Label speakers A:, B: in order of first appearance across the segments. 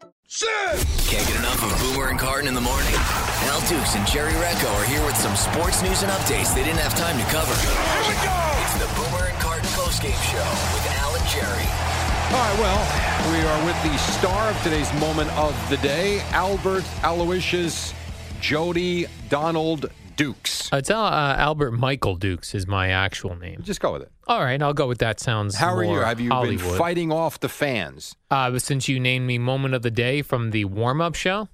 A: Can't get enough of Boomer and Carton in the morning. Al Dukes and Jerry Recco are here with some sports news and updates they didn't have time to cover. Here we go! It's the Boomer and Carton postgame show with Al and Jerry.
B: All right, well, we are with the star of today's moment of the day, Albert Aloysius Jody Donald Dukes.
C: It's Al- uh, Albert Michael Dukes is my actual name.
B: Just go with it.
C: All right, I'll go with that. Sounds.
B: How are you?
C: more
B: Have you been
C: Hollywood.
B: fighting off the fans?
C: Uh, but since you named me moment of the day from the warm-up show,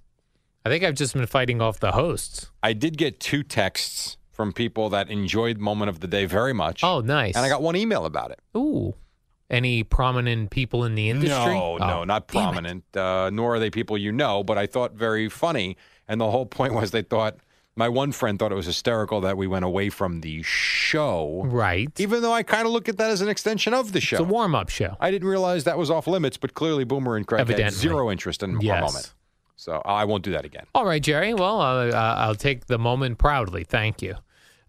C: I think I've just been fighting off the hosts.
B: I did get two texts from people that enjoyed moment of the day very much.
C: Oh, nice.
B: And I got one email about it.
C: ooh. Any prominent people in the industry?
B: No, no,
C: Oh,
B: not
C: damn it.
B: prominent, uh, nor are they people you know, but I thought very funny. And the whole point was they thought, my one friend thought it was hysterical that we went away from the show.
C: Right.
B: even though I kind of look at that as an extension of the show.
C: It's a warm-up show.
B: I didn't realize that was off limits, but clearly Boomer and Craig had
C: Evidently.
B: zero interest in
C: Yes.
B: our moment. So I won't do that again.
C: All right, Jerry. Well, I'll, uh, I'll take the moment proudly. Thank you.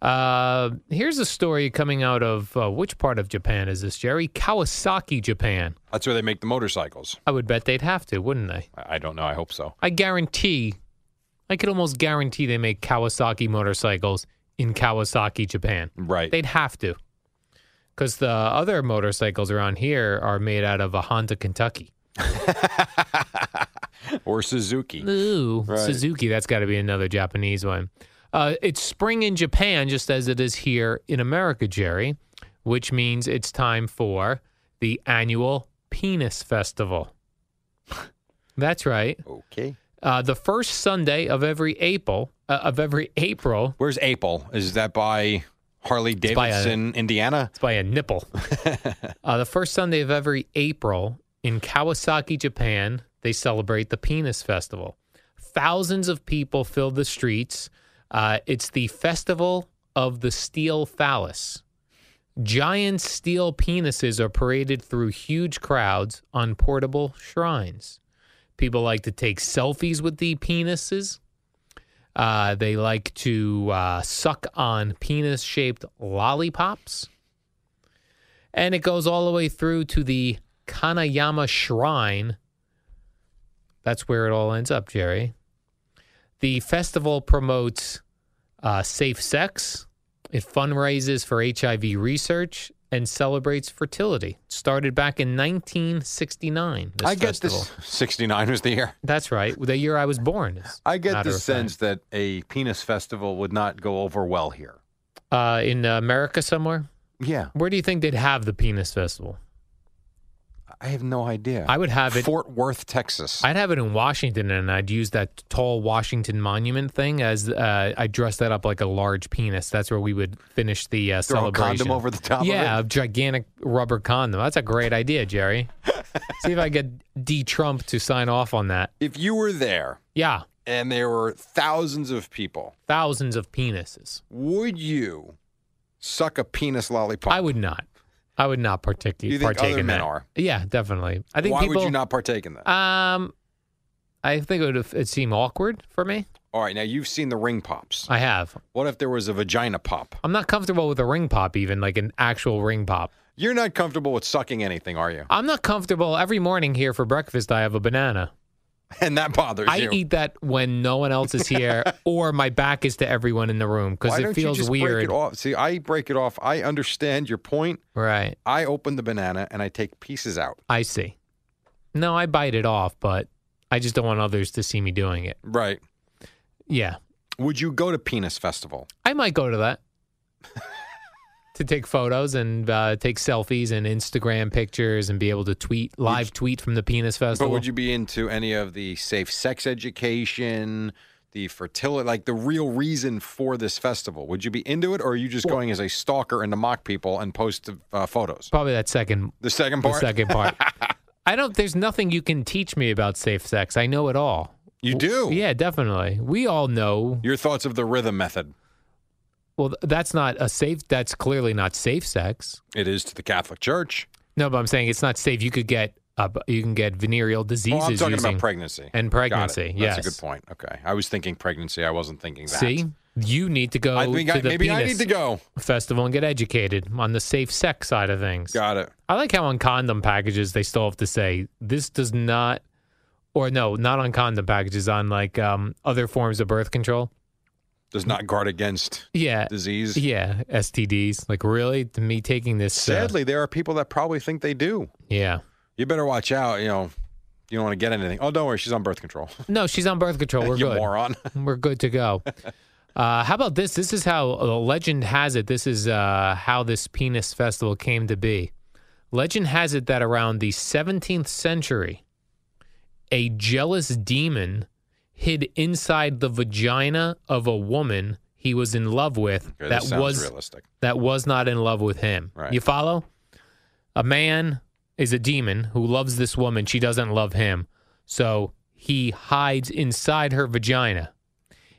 C: Uh, here's a story coming out of uh, which part of Japan is this, Jerry? Kawasaki, Japan.
B: That's where they make the motorcycles.
C: I would bet they'd have to, wouldn't they?
B: I I don't know. I hope so.
C: I guarantee, I could almost guarantee they make Kawasaki motorcycles in Kawasaki, Japan.
B: Right.
C: They'd have to, because the other motorcycles around here are made out of a Honda Kentucky.
B: or Suzuki.
C: Ooh,
B: Right.
C: Suzuki. That's got to be another Japanese one. Uh, it's spring in Japan, just as it is here in America, Jerry, which means it's time for the annual Penis Festival. That's right.
B: Okay.
C: Uh, the first Sunday of every April, uh, of every April,
B: Where's April? Is that by Harley
C: by, uh,
B: Davidson, Indiana?
C: It's by a nipple. uh, the first Sunday of every April in Kawasaki, Japan, they celebrate the Penis Festival. Thousands of people fill the streets. Uh, it's the festival of the steel phallus. Giant steel penises are paraded through huge crowds on portable shrines. People like to take selfies with the penises. Uh, they like to uh, suck on penis shaped lollipops. And it goes all the way through to the Kanayama Shrine. That's where it all ends up, Jerry. The festival promotes uh, safe sex, it fundraises for HIV research, and celebrates fertility. Started back in 1969. This
B: I get
C: festival.
B: this. 69 was the year.
C: That's right. The year I was born. is
B: I get
C: matter
B: the
C: of fact.
B: sense that a penis festival would not go over well here.
C: Uh, in America somewhere?
B: Yeah.
C: Where do you think they'd have the penis festival?
B: I have no idea.
C: I would have it.
B: Fort Worth, Texas.
C: I'd have it in Washington, and I'd use that tall Washington Monument thing as uh, I dress that up like a large penis. That's where we would finish the uh,
B: Throw a condom
C: celebration.
B: over the top of
C: Yeah,
B: it?
C: a gigantic rubber condom. That's a great idea, Jerry. See if I get D Trump to sign off on that.
B: if you were there
C: Yeah,
B: and there were thousands of people,
C: thousands of penises.
B: would you suck a penis lollipop?
C: I would not. I would not partic-
B: You think
C: partake
B: other
C: in
B: men
C: that.
B: are?
C: Yeah, definitely. I think
B: Why
C: people.
B: would you not partake in that?
C: Um, I think it would have, it seem awkward for me.
B: All right, now you've seen the ring pops.
C: I have.
B: What if there was a vagina pop?
C: I'm not comfortable with a ring pop, even like an actual ring pop.
B: You're not comfortable with sucking anything, are you?
C: I'm not comfortable. Every morning here for breakfast, I have a banana.
B: and that bothers
C: I
B: you.
C: eat that when no one else is here, or my back is to everyone in the room because
B: Why
C: it
B: don't
C: feels
B: you just
C: weird.
B: Break it off. See, I break it off. I understand your point.
C: Right.
B: I open the banana and I take pieces out.
C: I see. No, I bite it off, but I just don't want others to see me doing it.
B: Right.
C: Yeah.
B: Would you go to Penis Festival?
C: I might go to that to take photos and uh, take selfies and Instagram pictures and be able to tweet, live tweet from the penis
B: But
C: festival.
B: would you be into any of the safe sex education, the fertility, like the real reason for this festival? Would you be into it, or are you just going as a stalker and to mock people and post uh, photos?
C: Probably that second,
B: The second
C: the
B: part,
C: second part. I don't, there's nothing you can teach me about safe sex. I know it all.
B: you do.
C: Yeah, definitely. We all know.
B: Your thoughts of the rhythm method?
C: Well, th- that's not a safe, that's clearly not safe sex.
B: It is to the Catholic Church.
C: No, but I'm saying it's not safe. You could get, uh, you can get venereal diseases.
B: Oh, I'm talking
C: using-
B: about pregnancy
C: and
B: Got it.
C: pregnancy,
B: that's a
C: yes.
B: good point. Okay, I was thinking pregnancy. I wasn't thinking that.
C: See, you need to go
B: I think
C: to
B: I,
C: the
B: maybe
C: penis
B: I need to go.
C: festival and get educated on the safe sex side of things.
B: Got it.
C: I like how on condom packages they still have to say this does not, or no, not on condom packages, on like um, other forms of birth control.
B: Does not guard against
C: Yeah,
B: disease.
C: yeah, STDs. Like really, to me taking this uh,
B: Sadly, there are people that probably think they do.
C: yeah.
B: You better watch out. You know, you don't want to get anything. Oh, don't worry, she's on birth control.
C: No, she's on birth control. We're
B: you
C: good.
B: moron.
C: We're good to go. Uh, how about this? This is how uh, legend has it. This is uh, how this penis festival came to be. Legend has it that around the 17th century, a jealous demon hid inside the vagina of a woman he was in love with
B: Okay,
C: that
B: this sounds
C: was
B: realistic.
C: that was not in love with him.
B: Right.
C: You follow? A man is a demon who loves this woman. She doesn't love him. So he hides inside her vagina.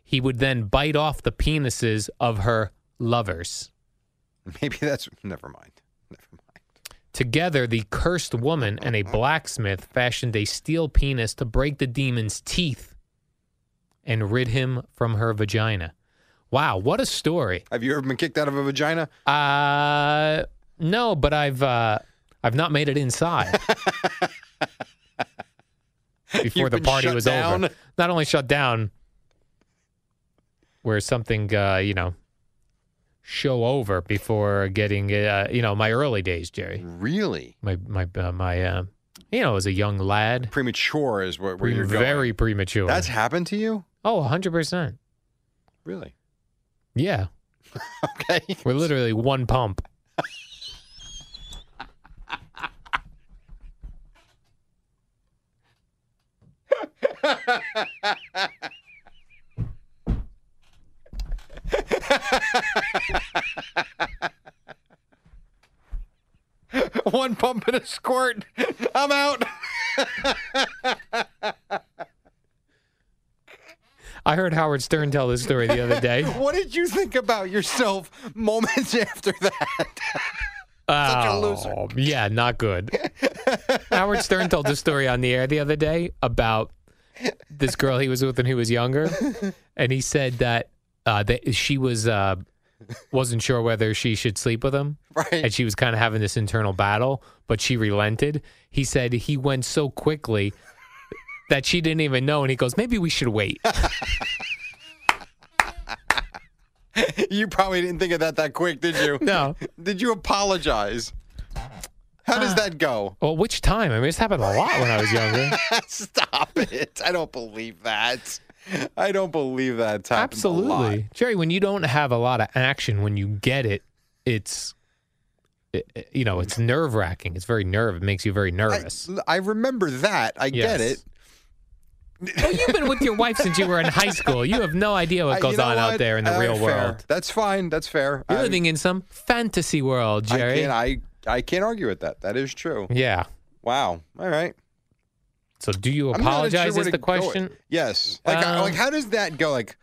C: He would then bite off the penises of her lovers.
B: Maybe that's never mind. Never mind.
C: Together, the cursed woman and a blacksmith fashioned a steel penis to break the demon's teeth and rid him from her vagina. Wow, what a story.
B: Have you ever been kicked out of a vagina?
C: Uh, no, but I've uh, I've not made it inside. Before
B: You've
C: the
B: been
C: party
B: shut
C: was
B: down?
C: over, not only shut down, where something uh, you know show over before getting uh, you know my early days, Jerry.
B: Really?
C: My my uh, my uh, you know as a young lad,
B: Premature is what where you're going.
C: very premature.
B: That's happened to you?
C: oh, 100 percent.
B: Really?
C: Yeah,
B: Okay.
C: we're literally one pump.
B: One pump and a squirt. I'm out.
C: I heard Howard Stern tell this story the other day.
B: What did you think about yourself moments after that? Such a loser.
C: Oh, yeah, not good. Howard Stern told this story on the air the other day about this girl he was with when he was younger, and he said that uh, that she was uh, wasn't sure whether she should sleep with him, and
B: Right.
C: she was kind of having this internal battle, but she relented. He said he went so quickly that she didn't even know, and he goes, maybe we should wait.
B: You probably didn't think of that that quick, did you?
C: No.
B: Did you apologize? How
C: Uh,
B: does that go?
C: Well, which time? I mean, this happened a lot when I was younger.
B: Stop it. I don't believe that. I don't believe that. It's happened a lot.
C: Absolutely, Jerry. When you don't have a lot of action, when you get it, it's i- i- you know it's nerve wracking. It's very nerve. It makes you very nervous.
B: I remember that. I get
C: Yes.
B: it.
C: well, you've been with your wife since you were in high school. Uh, You have no idea
B: I-
C: what Uh,
B: you
C: goes
B: know
C: on
B: what?
C: out there in the
B: All right,
C: real
B: fair.
C: world.
B: That's fine. That's fair.
C: You're
B: I-
C: living in some fantasy world,
B: I
C: Jerry.
B: can't. I I can't argue with that. That is true.
C: yeah.
B: Wow. All right.
C: So, do you
B: I'm not sure
C: apologize?
B: where
C: is
B: to
C: the
B: go with-
C: question?
B: Yes. Like I-
C: Um,
B: like how does that go? Like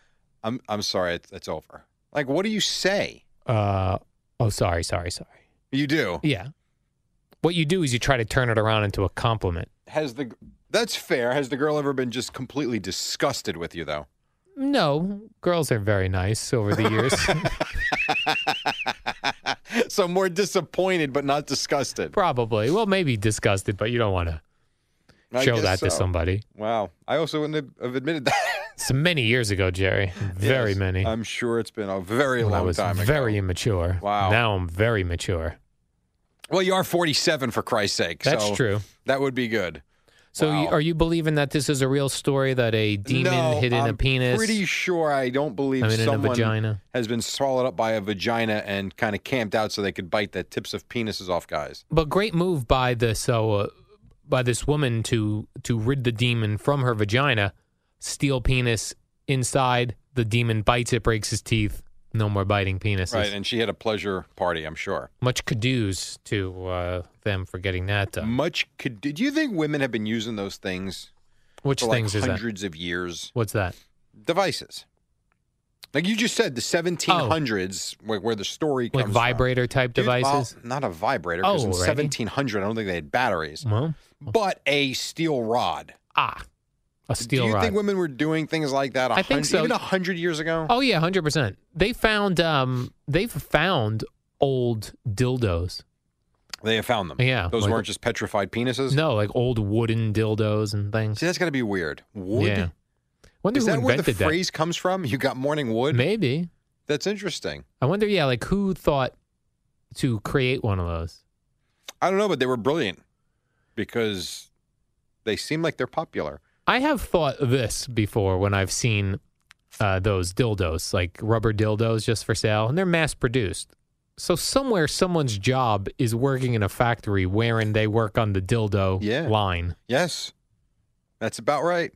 B: I'm I'm sorry. It's, it's over. Like what do you say?
C: Uh, oh, sorry, sorry, sorry.
B: You do.
C: Yeah. What you do is you try to turn it around into a compliment.
B: Has the that's fair. Has the girl ever been just completely disgusted with you though?
C: No, girls are very nice over the years.
B: so more disappointed but not disgusted.
C: Probably. Well, maybe disgusted, but you don't want to.
B: I
C: show
B: guess
C: that to
B: so.
C: somebody.
B: Wow. I also wouldn't have admitted that.
C: It's many years ago, Jerry. Very
B: Yes.
C: many.
B: I'm sure it's been a very
C: when I
B: long
C: was
B: time
C: very
B: ago.
C: immature.
B: Wow.
C: Now I'm very mature.
B: Well, you are 47 for Christ's sake.
C: That's
B: so
C: true.
B: That would be good.
C: So, you,
B: Wow.
C: are you believing that this is a real story that a demon
B: no,
C: hid in
B: I'm
C: a penis?
B: Pretty sure I don't believe
C: I mean, in a
B: someone
C: vagina.
B: has been swallowed up by a vagina and kind of camped out so they could bite the tips of penises off guys.
C: But great move by this uh, by this woman to to rid the demon from her vagina, steal penis inside. The demon bites it, breaks his teeth. No more biting penises.
B: Right. And she had a pleasure party, I'm sure.
C: Much kudos to uh, them for getting that done.
B: Much could. Do you think women have been using those things
C: Which
B: for
C: things
B: like
C: is that?
B: hundreds of years?
C: What's that?
B: Devices. Like you just said, the 1700s, where, where the story comes
C: Oh. Like
B: from.
C: vibrator type
B: Dude, well,
C: devices? Oh,
B: not a vibrator because in
C: Alrighty.
B: 1700, I don't think they had batteries,
C: Well,
B: but a steel rod.
C: ah, a steel
B: Do you
C: rod.
B: think women were doing things like that? a
C: I think
B: hun-
C: so.
B: Even hundred years ago.
C: Oh yeah, hundred percent. They found um they've found old dildos.
B: They have found them.
C: Yeah,
B: those
C: like-
B: weren't just petrified penises.
C: No, like old wooden dildos and things.
B: See, that's got to be weird. Wood.
C: Yeah. Wonder
B: Is
C: who
B: that where the
C: invented that.
B: phrase comes from? You got morning wood.
C: Maybe.
B: That's interesting.
C: I wonder. Yeah, like who thought to create one of those?
B: I don't know, but they were brilliant because they seem like they're popular.
C: I have thought this before when I've seen uh, those dildos, like rubber dildos, just for sale, and they're mass produced. So somewhere, someone's job is working in a factory wherein they work on the dildo
B: Yeah.
C: line.
B: Yes, that's about right.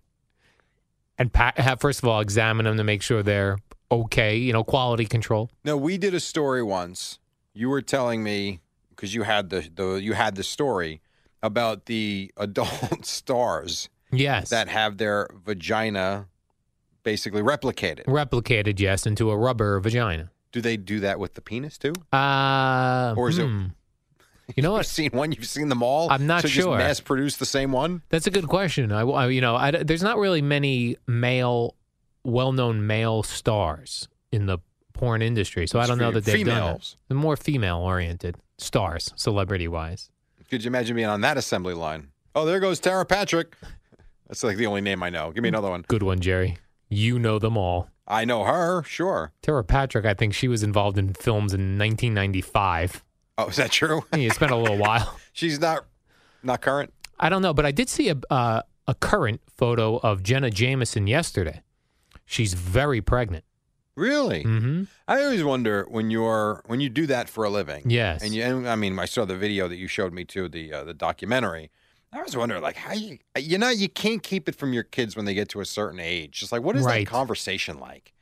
C: and pa- have first of all examine them to make sure they're okay. You know, quality control.
B: No, we did a story once. You were telling me because you had the, the you had the story about the adult stars
C: Yes,
B: that have their vagina basically replicated.
C: replicated. Yes, into a rubber vagina.
B: Do they do that with the penis too?
C: Uh,
B: Or is it-
C: hmm. You know
B: You've
C: what?
B: seen one. You've seen them all.
C: I'm not
B: so
C: sure.
B: Just mass produce the same one.
C: That's a good question. I, I- you know, I, there's not really many male, well-known male stars in the porn industry, so I
B: It's
C: don't know
B: fe-
C: that they've done that.
B: females.
C: They're more female-oriented stars, celebrity-wise.
B: Could you imagine being on that assembly line? Oh, there goes Tara Patrick. That's like the only name I know. Give me another one.
C: Good one, Jerry. You know them all.
B: I know her. Sure.
C: Tara Patrick, I think she was involved in films in 1995.
B: Oh, is that true?
C: Yeah, It's been a little while.
B: She's not not current.
C: I don't know, but I did see a uh, a current photo of Jenna Jameson yesterday. She's very pregnant.
B: Really?
C: hmm
B: I always wonder when you're when you do that for a living.
C: Yes.
B: And you, and, I mean, I saw the video that you showed me too, the uh, the documentary. I was wondering, like, how you you know you can't keep it from your kids when they get to a certain age. Just like, what is
C: Right.
B: that conversation like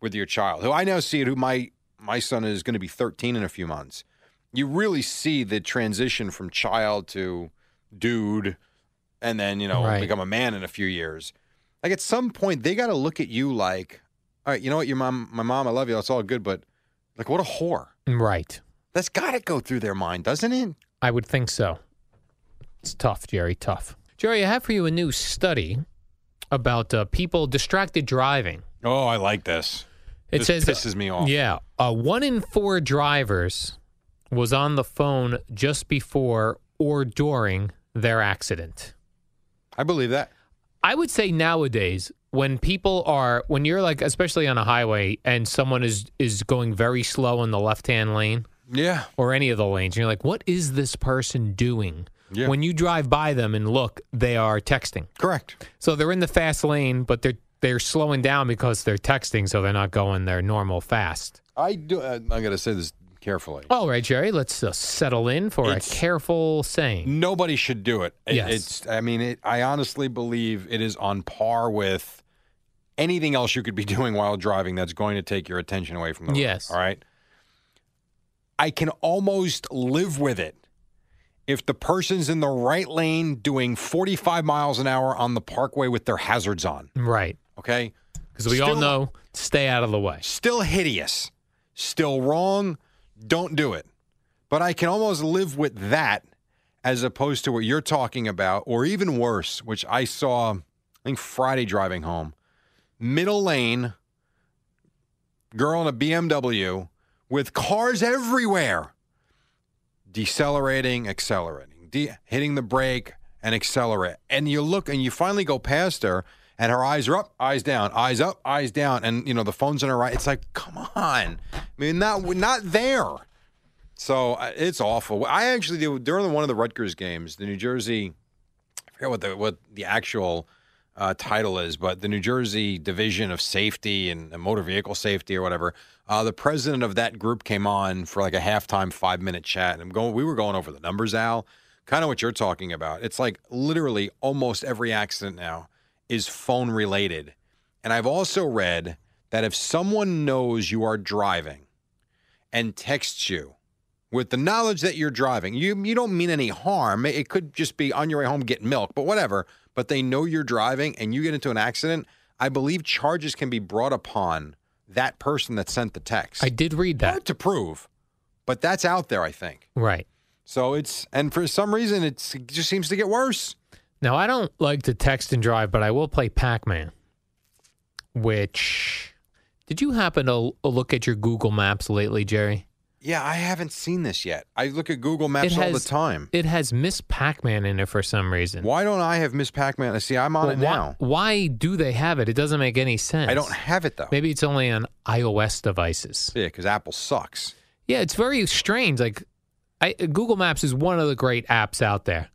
B: with your child? Who I now see it. Who my my son is going to be 13 in a few months. You really see the transition from child to dude, and then you know
C: Right.
B: become a man in a few years. Like at some point, they got to look at you like, all right, you know what, your mom, my mom, I love you. That's all good, but like, what a whore.
C: Right.
B: That's got to go through their mind, doesn't it?
C: I would think so. It's tough, Jerry. Tough. Jerry, I have for you a new study about uh, people distracted driving.
B: Oh, I like this.
C: It
B: This
C: says
B: pisses me off.
C: Yeah, uh, one in four drivers was on the phone just before or during their accident.
B: I believe that.
C: I would say nowadays when people are when you're like especially on a highway and someone is is going very slow in the left-hand lane
B: Yeah.
C: or any of the lanes and you're like what is this person doing?
B: Yeah.
C: When you drive by them and look, they are texting.
B: Correct.
C: So they're in the fast lane but they're they're slowing down because they're texting so they're not going their normal fast.
B: I do. Uh, I got to say this carefully.
C: All right, Jerry, let's uh, settle in for
B: It's-
C: a careful saying.
B: Nobody should do it. It-
C: Yes.
B: It's. I mean, it, I honestly believe it is on par with anything else you could be doing while driving that's going to take your attention away from the road,
C: Yes.
B: All right. I can almost live with it if the person's in the right lane doing 45 miles an hour on the parkway with their hazards on.
C: Right.
B: Okay.
C: Because we all
B: Still-
C: know stay out of the way.
B: still hideous, still wrong. Don't do it. But I can almost live with that as opposed to what you're talking about, or even worse, which I saw, I think, Friday driving home. Middle lane, girl in a BMW with cars everywhere, decelerating, accelerating, de- hitting the brake, and accelerate. And you look and you finally go past her, and her eyes are up, eyes down, eyes up, eyes down, and you know the phone's in her eye. It's like, come on, I mean, not not there. So uh, it's awful. I actually did during one of the Rutgers games, the New Jersey, I forget what the what the actual uh, title is, but the New Jersey Division of Safety and, and Motor Vehicle Safety or whatever. Uh, the president of that group came on for like a halftime five minute chat, and I'm going. We were going over the numbers, Al. Kind of what you're talking about. It's like literally almost every accident now is phone related, and I've also read that if someone knows you are driving and texts you with the knowledge that you're driving. You you don't mean any harm. It could just be on your way home get milk, but whatever. But they know you're driving and you get into an accident. I believe charges can be brought upon that person that sent the text.
C: I did read that.
B: Hard to prove, but that's out there. I think.
C: Right.
B: So it's and for some reason it's, it just seems to get worse.
C: Now, I don't like to text and drive, but I will play Pac Man, which. Did you happen to look at your Google Maps lately, Jerry?
B: Yeah, I haven't seen this yet. I look at Google Maps all the time.
C: It has Miss Pac-Man in it for some reason.
B: Why don't I have Miss Pac-Man? See, I'm on
C: Well,
B: it
C: why,
B: now.
C: why do they have it? It doesn't make any sense.
B: I don't have it though.
C: Maybe it's only on iOS devices.
B: Yeah, because Apple sucks.
C: Yeah, it's very strange. Like, I, Google Maps is one of the great apps out there.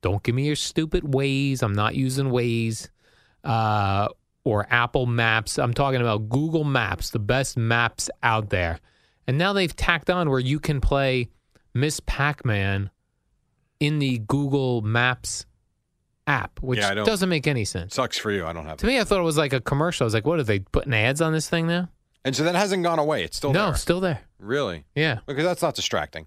C: Don't give me your stupid Waze. I'm not using Waze uh, or Apple Maps. I'm talking about Google Maps, the best maps out there. And now they've tacked on where you can play Miss Pac Man in the Google Maps app, which
B: Yeah, I don't-
C: doesn't make any sense.
B: Sucks for you. I don't have
C: To
B: it.
C: me, I thought it was like a commercial. I was like, what are they putting ads on this thing now?
B: And so that hasn't gone away. It's still
C: no,
B: there.
C: still there.
B: Really?
C: Yeah.
B: Because that's not distracting.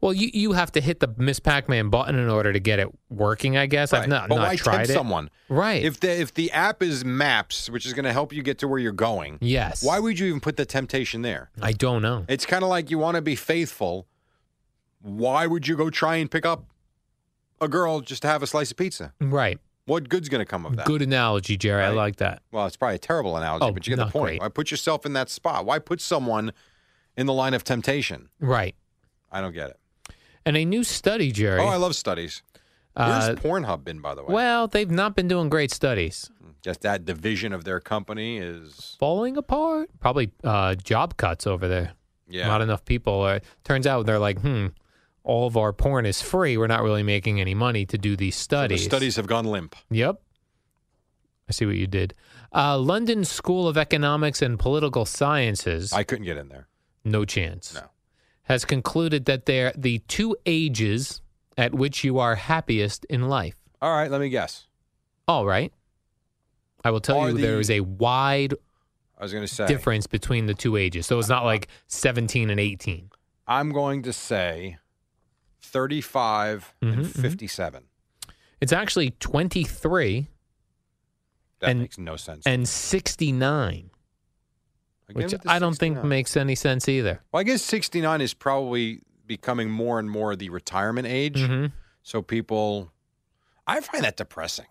C: Well, you, you have to hit the Miss Pac Man button in order to get it working, I guess. I've
B: Right.
C: not,
B: but
C: not
B: why
C: tried
B: tempt
C: it.
B: someone?
C: Right.
B: If the if the app is Maps, which is going to help you get to where you're going,
C: yes.
B: why would you even put the temptation there?
C: I don't know.
B: It's kind of like you want to be faithful. Why would you go try and pick up a girl just to have a slice of pizza?
C: Right.
B: What good's going to come of that?
C: Good analogy, Jerry. I
B: Right.
C: like that.
B: Well, it's probably a terrible analogy,
C: Oh,
B: but you get the
C: not
B: point.
C: great.
B: Why put yourself in that spot? Why put someone in the line of temptation?
C: Right.
B: I don't get it.
C: And a new study, Jerry.
B: Oh, I love studies. Where's
C: uh,
B: Pornhub been, by the way?
C: well, they've not been doing great studies.
B: Just that division of their company is
C: Falling apart. Probably uh, job cuts over there.
B: yeah.
C: Not enough people. Are, turns out they're like, hmm, all of our porn is free. We're not really making any money to do these
B: The
C: studies.
B: studies have gone limp.
C: Yep. I see what you did. Uh, London School of Economics and Political Sciences,
B: I couldn't get in there.
C: no chance,
B: No.
C: has concluded that they're the two ages at which you are happiest in life.
B: All right, let me guess.
C: All right. I will tell
B: Are
C: you there
B: the-
C: is a wide
B: I was going to say
C: difference between the two ages. So it's not like 17 and 18.
B: I'm going to say 35 and
C: Mhm, mhm.
B: 57.
C: It's actually 23
B: That
C: And-
B: makes no sense.
C: and 69,
B: Again
C: which
B: with the
C: I don't think
B: 69.
C: makes any sense either.
B: Well, I guess 69 is probably becoming more and more the retirement age.
C: hmm
B: So people, I find that depressing.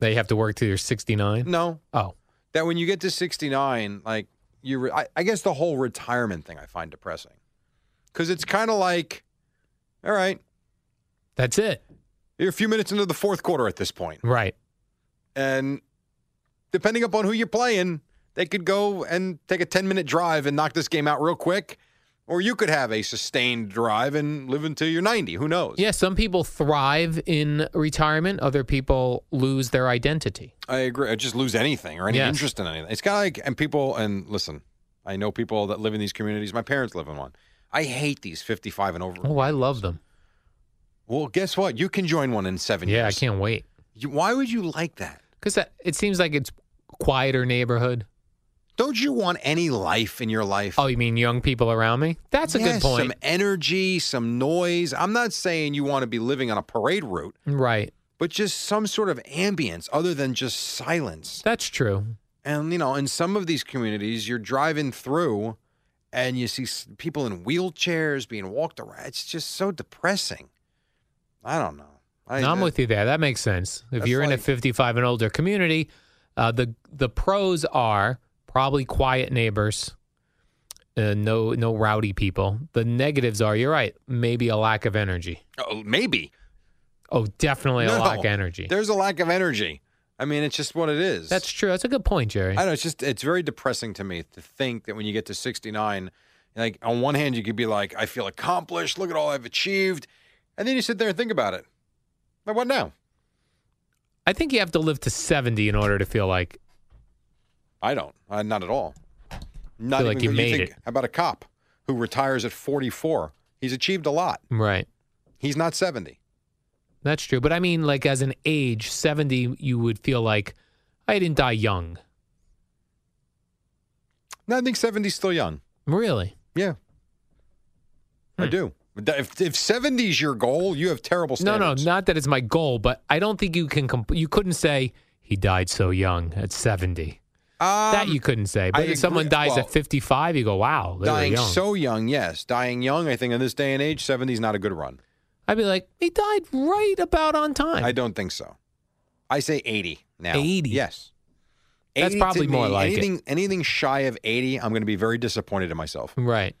C: They have to work till you're 69.
B: No,
C: Oh,
B: that when you get to 69, like you, re- I, I guess the whole retirement thing I find depressing because it's kind of like, all right,
C: that's it.
B: you're a few minutes into the fourth quarter at this point,
C: Right.
B: and depending upon who you're playing, they could go and take a 10 minute drive and knock this game out real quick. Or you could have a sustained drive and live until you're 90. Who knows?
C: Yeah, some people thrive in retirement, other people lose their identity.
B: I agree. I just lose anything or any
C: Yes.
B: interest in anything. It's kind of like, and people, and listen, I know people that live in these communities. My parents live in one. I hate these 55 and over.
C: Oh, I love them.
B: Well, guess what? You can join one in seven
C: Yeah, I
B: years.
C: can't wait.
B: You, why would you like that?
C: Because it seems like it's quieter neighborhood.
B: Don't you want any life in your life?
C: Oh, you mean young people around me? That's a
B: Yes,
C: good point.
B: Some energy, some noise. I'm not saying you want to be living on a parade route,
C: Right.
B: but just some sort of ambience other than just silence.
C: That's true.
B: And you know, in some of these communities, you're driving through, and you see s- people in wheelchairs being walked around. It's just so depressing. I don't know. I,
C: No, I'm with you there. That makes sense. If
B: That's
C: you're in a
B: like-
C: 55 and older community, uh, the the pros are probably quiet neighbors, uh, no no rowdy people. The negatives are you're right, maybe a lack of energy.
B: Oh, maybe
C: Oh, definitely a lack of energy.
B: There's a lack of energy. I mean, it's just what it is.
C: That's true. That's a good point, Jerry.
B: I don't know. It's just it's very depressing to me to think that when you get to 69, like on one hand you could be like, I feel accomplished. Look at all I've achieved, and then you sit there and think about it. Like what now?
C: I think you have to live to 70 in order to feel like
B: I don't. I, not at all. Not
C: Feel like you made it.
B: How about a cop who retires at 44? He's achieved a lot.
C: right.
B: He's not 70.
C: That's true. But I mean, like as an age, 70, you would feel like I didn't die young.
B: No, I think 70's still young.
C: Really?
B: Yeah,
C: Hmm.
B: I do. But that- If if 70's your goal, you have terrible
C: No,
B: standards.
C: no, not that it's my goal, but I don't think you can. Comp- you couldn't say he died so young at 70.
B: Um,
C: that you couldn't say.
B: I
C: But
B: agree-
C: if someone dies
B: well,
C: at 55, you go, wow, they were
B: dying
C: young.
B: so young, yes. Dying young, I think in this day and age, 70's not a good run.
C: I'd be like, he died right about on time.
B: I don't think so. I say 80 now.
C: 80?
B: Yes.
C: That's
B: 80 to
C: probably more
B: me,
C: like it.
B: anything, Anything shy of 80, I'm going to be very disappointed in myself.
C: Right,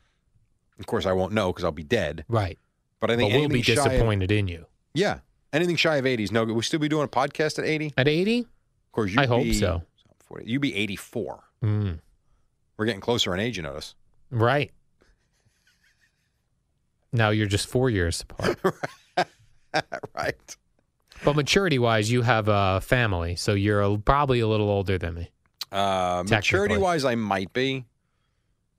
B: Of course, I won't know because I'll be dead.
C: right.
B: But I
C: But
B: think
C: we'll be
B: anything shy of-
C: disappointed in you.
B: yeah. Anything shy of 80 is no good. We'll still be doing a podcast at 80. Of
C: At 80?
B: course, you
C: I hope so.
B: 40, you'd be 84.
C: Mm,
B: We're getting closer in age, you notice.
C: right. Now you're just four years apart.
B: right.
C: but maturity wise, you have a family, so you're a, probably a little older than me.
B: Uh,
C: Technically.
B: maturity wise, I might be,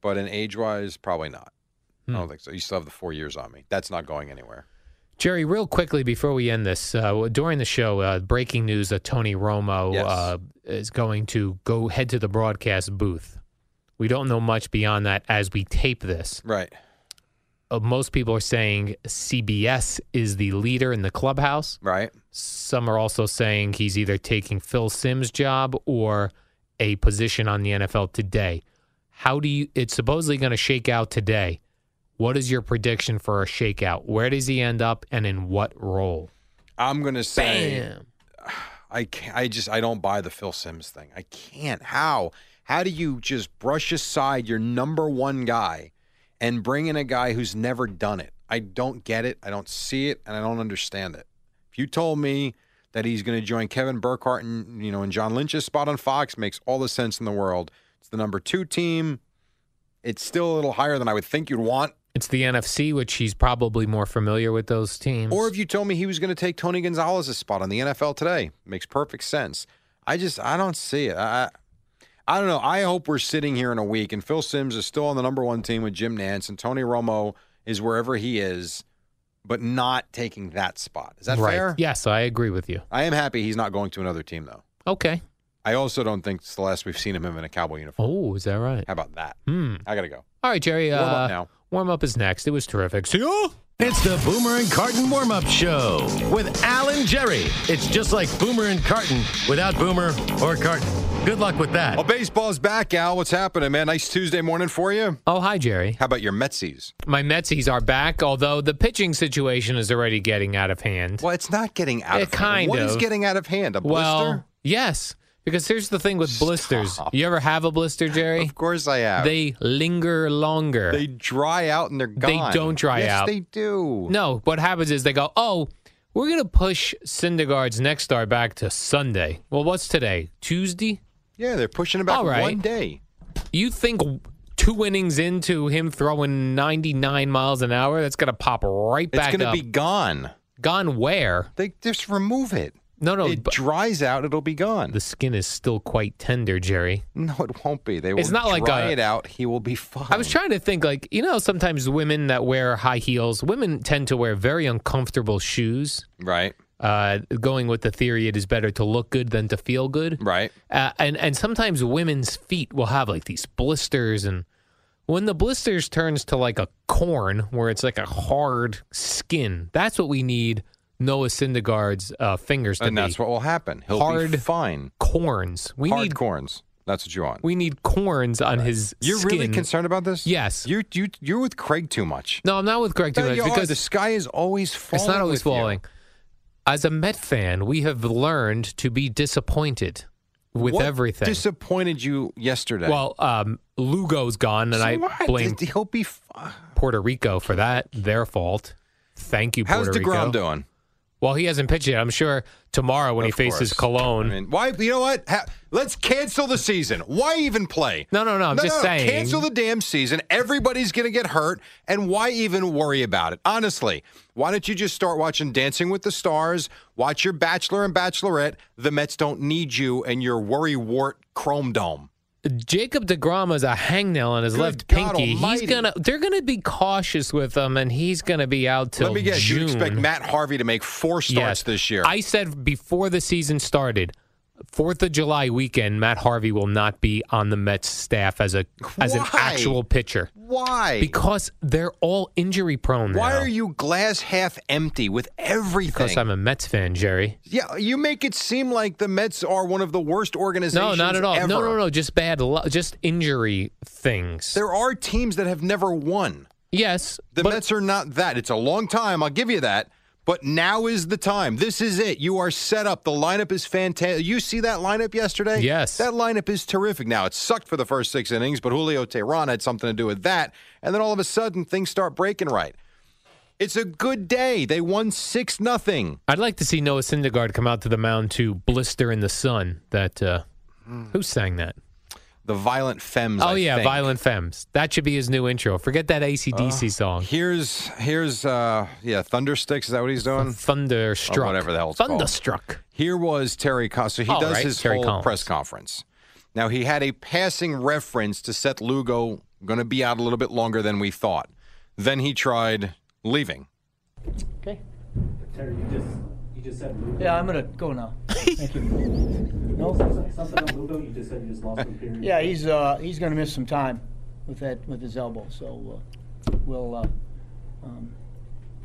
B: but in age wise, probably not.
C: Hmm.
B: I don't think so. You still have the four years on me. That's not going anywhere.
C: Jerry, real quickly before we end this, uh, during the show, uh, breaking news that Tony Romo
B: Yes.
C: uh, is going to go head to the broadcast booth. We don't know much beyond that as we tape this.
B: Right.
C: Uh, most people are saying CBS is the leader in the clubhouse.
B: Right.
C: Some are also saying he's either taking Phil Simms' job or a position on the NFL today. How do you? It's supposedly going to shake out today. What is your prediction for a shakeout? Where does he end up, and in what role?
B: I'm gonna say I can't, I just I don't buy the Phil Sims thing. I can't. How? How do you just brush aside your number one guy and bring in a guy who's never done it? I don't get it. I don't see it, and I don't understand it. If you told me that he's going to join Kevin Burkhardt and you know and John Lynch's spot on Fox makes all the sense in the world. It's the number two team. It's still a little higher than I would think you'd want.
C: It's the NFC, which he's probably more familiar with those teams.
B: Or if you told me he was going to take Tony Gonzalez's spot on the NFL today, makes perfect sense. I just I don't see it. I I I don't know. I hope we're sitting here in a week and Phil Sims is still on the number one team with Jim Nance and Tony Romo is wherever he is, but not taking that spot. Is that
C: right?
B: fair?
C: Yes, I agree with you.
B: I am happy he's not going to another team though.
C: Okay.
B: I also don't think it's the last we've seen of him in a cowboy uniform.
C: Oh, is that right?
B: How about that?
C: Hmm.
B: I gotta go.
C: All right, Jerry.
B: Warm
C: uh,
B: up now.
C: warm up is next. It was terrific. See ya.
D: It's the Boomer and Carton warm up show with Al and Jerry. It's just like Boomer and Carton without Boomer or Carton. Good luck with that.
B: Well, baseball's back, Al. What's happening, man? Nice Tuesday morning for you.
C: Oh, hi, Jerry.
B: How about your Metsies?
C: My Metsies are back, although the pitching situation is already getting out of hand.
B: Well, it's not getting out
C: Eh,
B: of hand.
C: kind
B: What is
C: of.
B: getting out of hand? A
C: well,
B: blister?
C: yes, because here's the thing with blisters. You ever have a blister, Jerry?
B: Of course I have.
C: They linger longer.
B: They dry out and they're
C: They
B: gone.
C: don't dry
B: yes,
C: out.
B: they do.
C: No, what happens is they go, oh, we're going to push Syndergaard's next start back to Sunday. Well, what's today? Tuesday?
B: Yeah, they're pushing about
C: All right.
B: one day.
C: You think two innings into him throwing 99 miles an hour, that's going to pop right
B: It's
C: back
B: going to
C: up.
B: be gone.
C: Gone where?
B: They just remove it.
C: No, no.
B: it
C: Oh, but
B: dries out. It'll be gone.
C: the skin is still quite tender, Jerry.
B: no, it won't be. They will
C: It's not like
B: dry
C: a-
B: it out. He will be fine.
C: I was trying to think, like, you know, sometimes women that wear high heels, women tend to wear very uncomfortable shoes.
B: Right,
C: Uh, going with the theory, it is better to look good than to feel good.
B: right.
C: Uh, and and sometimes women's feet will have like these blisters, and when the blisters turns to like a corn, where it's like a hard skin, that's what we need Noah Syndergaard's uh, fingers to
B: And
C: be
B: that's what will happen. He'll be
C: Hard-
B: fine.
C: corns. We
B: Hard
C: need
B: corns. That's what you want.
C: we need corns on his.
B: You're really
C: skin.
B: concerned about this?
C: Yes.
B: You you you're with Craig too much.
C: No, I'm not with Greg too
B: No,
C: much
B: you are.
C: because
B: the sky is always falling.
C: It's not always
B: with you.
C: falling. As a Met fan, we have learned to be disappointed with
B: What
C: everything.
B: Disappointed you yesterday.
C: well, um, Lugo's gone, and
B: So
C: I
B: what?
C: blame
B: He'll be. F-
C: Puerto Rico for that. Their fault. Thank you,
B: How's
C: Puerto
B: Degrom
C: Rico.
B: doing?
C: Well, he hasn't pitched yet. I'm sure tomorrow when he
B: Of course.
C: faces Cologne.
B: I mean, why? You know what? Ha- let's cancel the season. Why even play?
C: No, no, no, I'm just saying.
B: Cancel the damn season. Everybody's going to get hurt, and why even worry about it? Honestly, why don't you just start watching Dancing with the Stars? Watch your Bachelor and Bachelorette. The Mets don't need you and your worry wart chrome dome.
C: Jacob Degrom is a hangnail on his
B: Good
C: left
B: God
C: pinky.
B: almighty.
C: He's gonna. They're gonna be cautious with him, and he's gonna be out till
B: Let me guess.
C: June.
B: You expect Matt Harvey to make four starts this year?
C: I said before the season started, Fourth of July weekend, Matt Harvey will not be on the Mets staff as a as an
B: Why?
C: actual pitcher
B: why?
C: because they're all injury prone.
B: why
C: now.
B: are you glass half empty with everything?
C: Because I'm a Mets fan, Jerry.
B: Yeah, you make it seem like the Mets are one of the worst
C: No,
B: organizations.
C: not at all.
B: Ever.
C: No, no, no. Just bad, lu- just injury things.
B: There are teams that have never won.
C: yes,
B: The
C: but
B: Mets are not that. It's a long time. I'll give you that. But now is the time. This is it. You are set up. The lineup is fantastic. You see that lineup yesterday?
C: Yes.
B: That lineup is terrific. Now, it sucked for the first six innings, but Julio Tehran had something to do with that. And then all of a sudden, things start breaking right. It's a good day. They won 6 nothing.
C: I'd like to see Noah Syndergaard come out to the mound to "Blister in the Sun." That uh, who sang that?
B: The Violent Femmes.
C: Oh
B: Hmm. I
C: yeah,
B: think.
C: Violent Femmes. That should be his new intro. Forget that ACDC song.
B: Here's here's uh yeah, Thundersticks, is that what he's doing?
C: Thunderstruck.
B: Or whatever the hell it's called.
C: Thunderstruck.
B: Here was Terry Collins. So he
C: All
B: does
C: right,
B: his
C: Terry
B: whole
C: Collins.
B: press conference. Now he had a passing reference to Seth Lugo going to be out a little bit longer than we thought. Then he tried leaving.
E: Okay.
F: Terry, you just you just said Lugo.
E: Yeah, I'm gonna go now.
F: No, something- something on Lugo. You just said you just lost him. Period.
E: Yeah, he's uh, he's gonna miss some time with that with his elbow. So uh, we'll uh, um,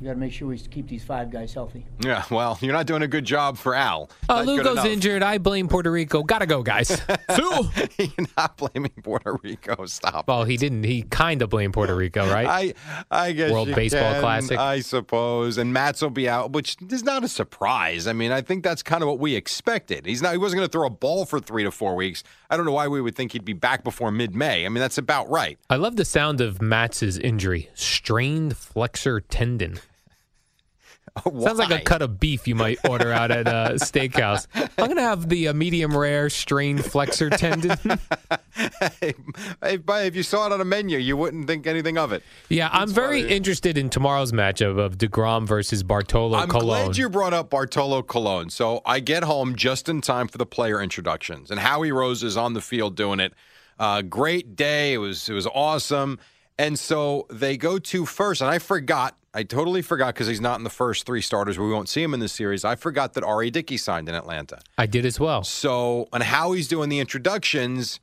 E: we got to make sure we keep these five guys healthy.
B: Yeah, well, you're not doing a good job for Al.
C: Uh,
B: Not good
C: Lugo's
B: enough.
C: injured. I blame Puerto Rico. Gotta go, guys. Sue.
B: you're not blaming Puerto Rico. Stop.
C: well, he didn't. He kind of blamed Puerto Rico, right?
B: I I guess
C: World
B: you
C: Baseball
B: can,
C: Classic.
B: I suppose, and Mats will be out, which is not a surprise. I mean, I think that's kind of what we expected. He's not he wasn't going to throw a ball for three to four weeks. I don't know why we would think he'd be back before mid-May. I mean, that's about right.
C: I love the sound of Matz's injury. Strained flexor tendon. Sounds like
B: Why?
C: a cut of beef you might order out at a steakhouse. I'm gonna have the uh, medium rare strained flexor tendon.
B: if, if you saw it on a menu, you wouldn't think anything of it.
C: yeah, I'm very interested in tomorrow's matchup of Degrom versus Bartolo
B: I'm
C: Colon.
B: glad you brought up Bartolo Colon. So I get home just in time for the player introductions, and Howie Rose is on the field doing it. Uh, great day. It was it was awesome. And so they go to first, and I forgot. I totally forgot because he's not in the first three starters. We won't see him in this series. I forgot that Ari Dickey signed in Atlanta.
C: I did as well.
B: So, and how he's doing the introductions,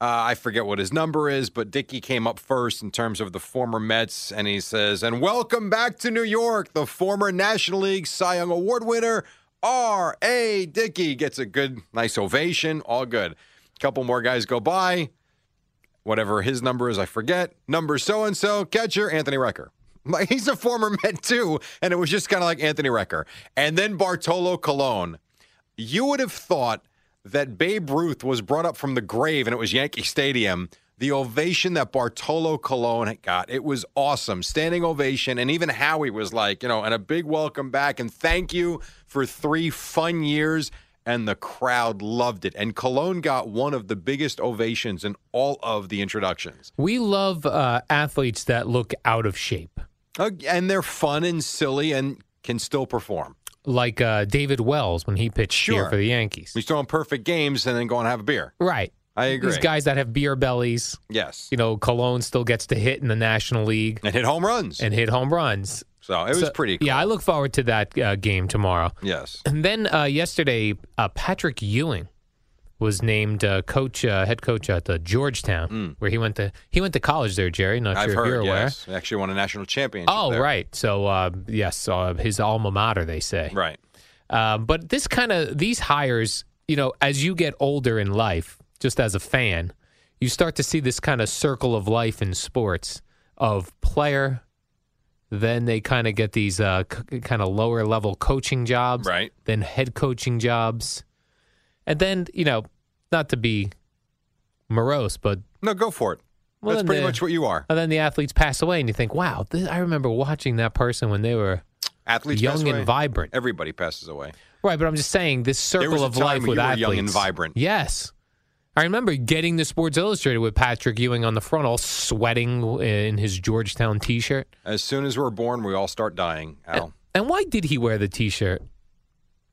B: uh, I forget what his number is, but Dickey came up first in terms of the former Mets, and he says, "And welcome back to New York, the former National League Cy Young Award winner." R. A. Dickey gets a good, nice ovation. All good. Couple more guys go by. Whatever his number is, I forget. Number so and so, catcher Anthony Recker. Like, He's a former Met too, and it was just kind of like Anthony Recker. And then Bartolo Colon you would have thought that Babe Ruth was brought up from the grave and it was Yankee Stadium. The ovation that Bartolo Colon had got, it was awesome. Standing ovation. And even Howie was like, you know, and a big welcome back and thank you for three fun years. And the crowd loved it. And Cologne got one of the biggest ovations in all of the introductions.
C: We love uh, athletes that look out of shape,
B: Uh, And they're fun and silly and can still perform.
C: like uh, David Wells when he pitched here
B: Sure.
C: for the Yankees.
B: He's throwing perfect games and then go and have a beer.
C: Right.
B: I agree.
C: These guys that have beer bellies,
B: yes.
C: you know, Cologne still gets to hit in the National League
B: and hit home runs.
C: and hit home runs.
B: so it was
C: So-
B: pretty cool.
C: Yeah, I look forward to that uh, game tomorrow.
B: Yes.
C: And then uh, yesterday, uh, Patrick Ewing was named uh, coach, uh, head coach at uh, Georgetown, where he went to he went to college there. Jerry, not
B: Hmm. I've
C: sure if you're
B: heard,
C: aware.
B: yes. They Actually won a national championship.
C: Oh,
B: there.
C: right. So uh, yes, uh, his alma mater, they say.
B: Right.
C: Um, but this kind of these hires, you know, as you get older in life, just as a fan, you start to see this kind of circle of life in sports of player. Then they kind of get these uh, c- kind of lower level coaching jobs,
B: Right.
C: Then head coaching jobs, and then you know, not to be morose, but
B: No, go for it.
C: Well,
B: That's
C: then
B: pretty
C: the-
B: much what you are.
C: and then the athletes pass away, and you think, wow, this, I remember watching that person when they were
B: Athletes
C: young
B: pass
C: and
B: away.
C: vibrant.
B: Everybody passes away.
C: Right, but I'm just saying this circle
B: was a
C: of
B: time
C: life
B: when
C: with
B: you were
C: athletes.
B: young and vibrant.
C: Yes. I remember getting the Sports Illustrated with Patrick Ewing on the front, all sweating uh, in his Georgetown T-shirt.
B: As soon as we're born, we all start dying. Al,
C: And why did he wear the T-shirt?
B: Oh.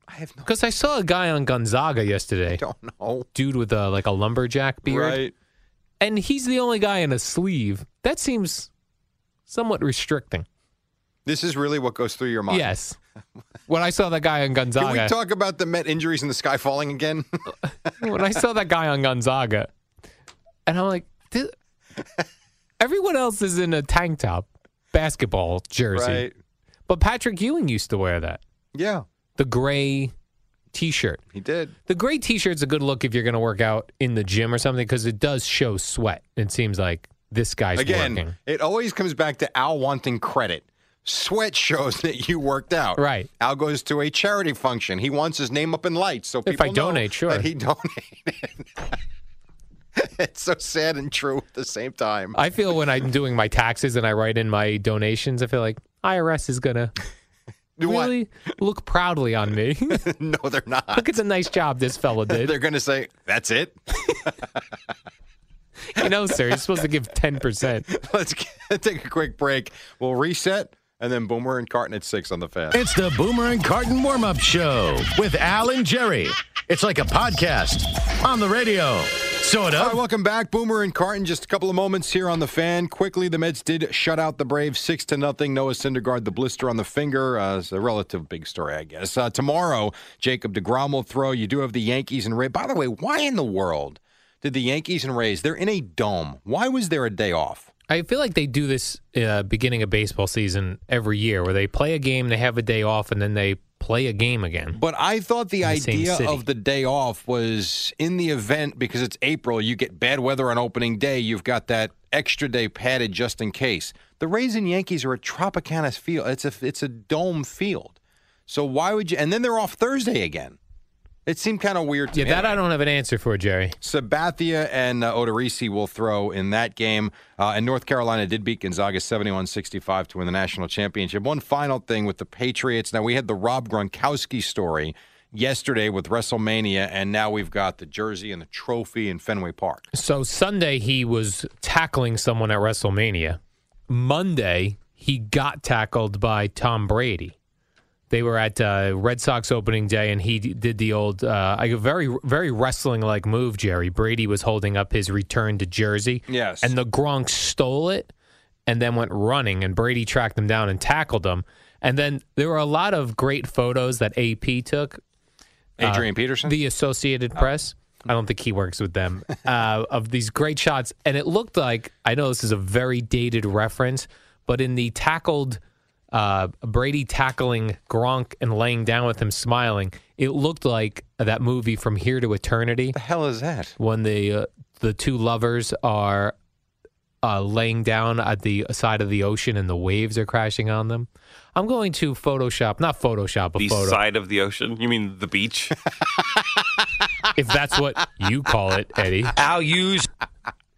B: I have no.
C: Because I saw a guy on Gonzaga
B: I
C: yesterday,
B: don't know.
C: dude with a like a lumberjack beard,
B: Right.
C: and he's the only guy in a sleeve. That seems somewhat restricting.
B: This is really what goes through your mind.
C: Yes. when I saw that guy on
B: Can we
C: Gonzaga,
B: talk about the Met injuries and the sky falling again?
C: when I saw that guy on Gonzaga, and I'm like, "Th- everyone else is in a tank top basketball jersey,
B: right.
C: but Patrick Ewing used to wear that
B: Yeah,
C: the gray T-shirt.
B: he did.
C: The gray T-shirt's a good look if you're going to work out in the gym or something because it does show sweat. It seems like this guy's
B: Again,
C: working.
B: it always comes back to Al wanting credit. Sweat shows that you worked out.
C: Right.
B: Al goes to a charity function. He wants his name up in lights so people
C: If I
B: know
C: donate, sure.
B: that he donated. it's so sad and true at the same time.
C: I feel when I'm doing my taxes and I write in my donations, I feel like IRS is going to
B: What?
C: really look proudly on me.
B: No, they're not.
C: Look, it's a nice job this fella did.
B: They're going to say, that's it.
C: you know, sir, you're supposed to give 10%.
B: Let's get, take a quick break. We'll reset, and then Boomer and Carton at six on the fast.
D: It's the Boomer and Carton warm up show with Al and Jerry. It's like a podcast on the radio. Sort
B: All right,
D: of.
B: welcome back, Boomer and Carton. Just a couple of moments here on the fan. Quickly, the Mets did shut out the Braves six to nothing. Noah Syndergaard, the blister on the finger, uh, is a relative big story, I guess. Uh, tomorrow, Jacob Degrom will throw. You do have the Yankees and Rays. By the way, why in the world did the Yankees and Rays? They're in a dome. Why was there a day off?
C: I feel like they do this uh, beginning of baseball season every year where they play a game, they have a day off, and then they play a game again.
B: But I thought the
C: In the same
B: idea
C: city.
B: of the day off was in the event because it's April, you get bad weather on opening day, you've got that extra day padded just in case. The Rays and Yankees are a Tropicana field. It's a it's a dome field. So why would you and then they're off Thursday again? It seemed kind of weird to
C: Yeah,
B: me.
C: that I don't have an answer for, Jerry.
B: Sabathia and uh, Odorizzi will throw in that game. Uh, and North Carolina did beat Gonzaga 71 65 to win the national championship. One final thing with the Patriots. Now, we had the Rob Gronkowski story yesterday with WrestleMania, and now we've got the jersey and the trophy in Fenway Park.
C: So Sunday he was tackling someone at WrestleMania. Monday he got tackled by Tom Brady. They were at uh, Red Sox opening day, and he d- did the old, uh, like a very, very wrestling like move. Jerry Brady was holding up his return to Jersey,
B: Yes.
C: and the Gronk stole it, and then went running, and Brady tracked him down and tackled him. And then there were a lot of great photos that AP took
B: Adrian Peterson?
C: Uh, the Associated Press. I don't think he works with them. Uh, of these great shots, and it looked like I know this is a very dated reference, but in the tackled uh, Brady tackling Gronk and laying down with him smiling, it looked like that movie from Here to Eternity
B: the hell is that?
C: when the uh, the two lovers are uh, laying down at the side of the ocean and the waves are crashing on them. I'm going to Photoshop, not Photoshop, a
G: the
C: photo.
G: side of the ocean? You mean the beach?
C: if that's what you call it, Eddie.
G: I'll use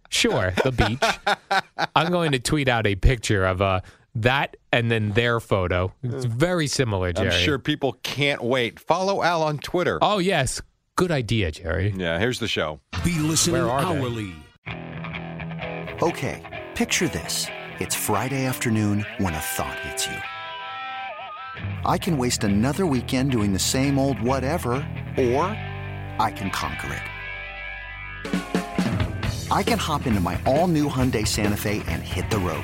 C: Sure, the beach. I'm going to tweet out a picture of uh, that and then their photo. It's very similar, Jerry.
B: I'm sure people can't wait. Follow Al on Twitter.
C: Oh, yes. Good idea, Jerry.
B: Yeah, here's the show.
H: Be listening
C: Where are they?
H: hourly.
A: Okay, picture this. It's Friday afternoon when a thought hits you. I can waste another weekend doing the same old whatever, or I can conquer it. I can hop into my all new Hyundai Santa Fe and hit the road.